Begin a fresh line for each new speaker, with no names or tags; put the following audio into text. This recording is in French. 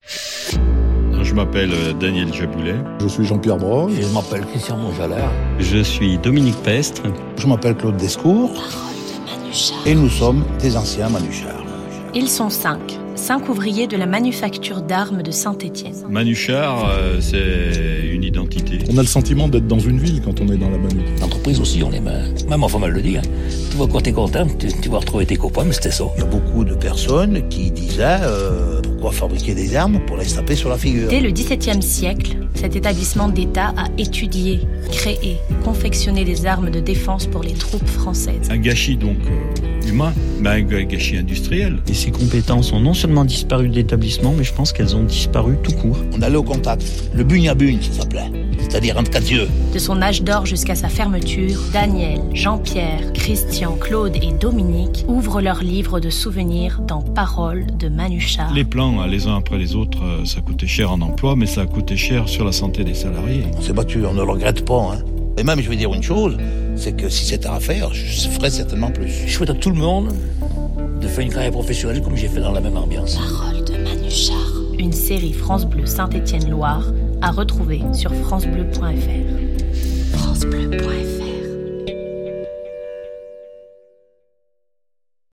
Euh, Je m'appelle Daniel Jaboulet.
Je suis Jean-Pierre Bras.
Et je m'appelle Christian Monjalard.
Je suis Dominique Pestre.
Je m'appelle Claude Descours.
De et nous sommes des anciens Manuchards.
Ils sont cinq. Cinq ouvriers de la manufacture d'armes de Saint-Étienne.
Manuchard, euh, c'est une identité.
On a le sentiment d'être dans une ville quand on est dans la manu.
L'entreprise aussi, on est Même enfin mal le dire. Tu vois, quand t'es content, tu, tu, vas retrouver tes copains, mais c'était ça.
Il y a beaucoup de personnes qui disaient euh, pourquoi fabriquer des armes pour les taper sur la figure.
Dès le XVIIe siècle, cet établissement d'État a étudié, créé, confectionné des armes de défense pour les troupes françaises.
Un gâchis donc euh, humain, mais un gâchis industriel.
Et ces compétences ont non seulement disparu de l'établissement, mais je pense qu'elles ont disparu tout court.
On allait au contact, le bugne à bugne, ça s'appelait, c'est-à-dire entre quatre yeux.
De son âge d'or jusqu'à sa fermeture, Daniel, Jean-Pierre, Christian, Claude et Dominique ouvrent leur livre de souvenirs dans Paroles de Manuchard.
Les plans, euh, les uns après les autres, euh, ça coûtait cher en emploi, mais ça coûtait cher sur la santé des salariés.
On s'est battu, on ne le regrette pas. Hein. Et même, je vais dire une chose, c'est que si c'était à faire, je ferais certainement plus.
Je souhaite à tout le monde de faire une carrière professionnelle comme j'ai fait dans la même ambiance.
Parole de Manuchard. Une série France Bleu Saint-Étienne-Loire à retrouver sur francebleu.fr. francebleu.fr